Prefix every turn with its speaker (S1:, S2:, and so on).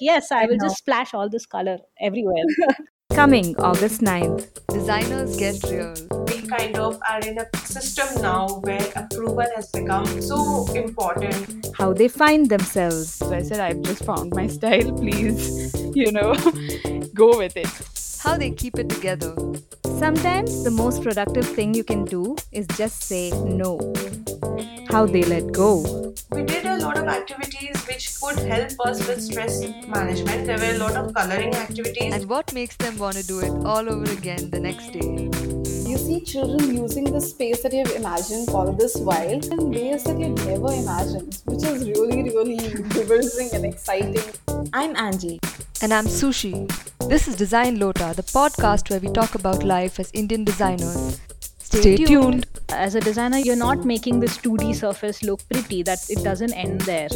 S1: yes, I, will just splash all this color everywhere.
S2: Coming August 9th.
S3: Designers get real.
S4: We kind of are in a system now where approval has become so important.
S2: How they find themselves.
S5: So I said, I've just found my style, please, you know, go with it.
S3: How they keep it together.
S2: Sometimes the most productive thing you can do is just say no. How they let go.
S4: We did a lot of activities which could help us with stress management. There were a lot of coloring activities.
S3: And what makes them want to do it all over again the next day.
S6: You see children using the space that you've imagined all this while in ways that you'd never imagined, which is really, really diverting and exciting.
S2: I'm Angie.
S3: And I'm Sushi. This is Design Lota, the podcast where we talk about life as Indian designers. Stay, Stay tuned. tuned.
S1: As a designer, you're not making this 2D surface look pretty, that it doesn't end there.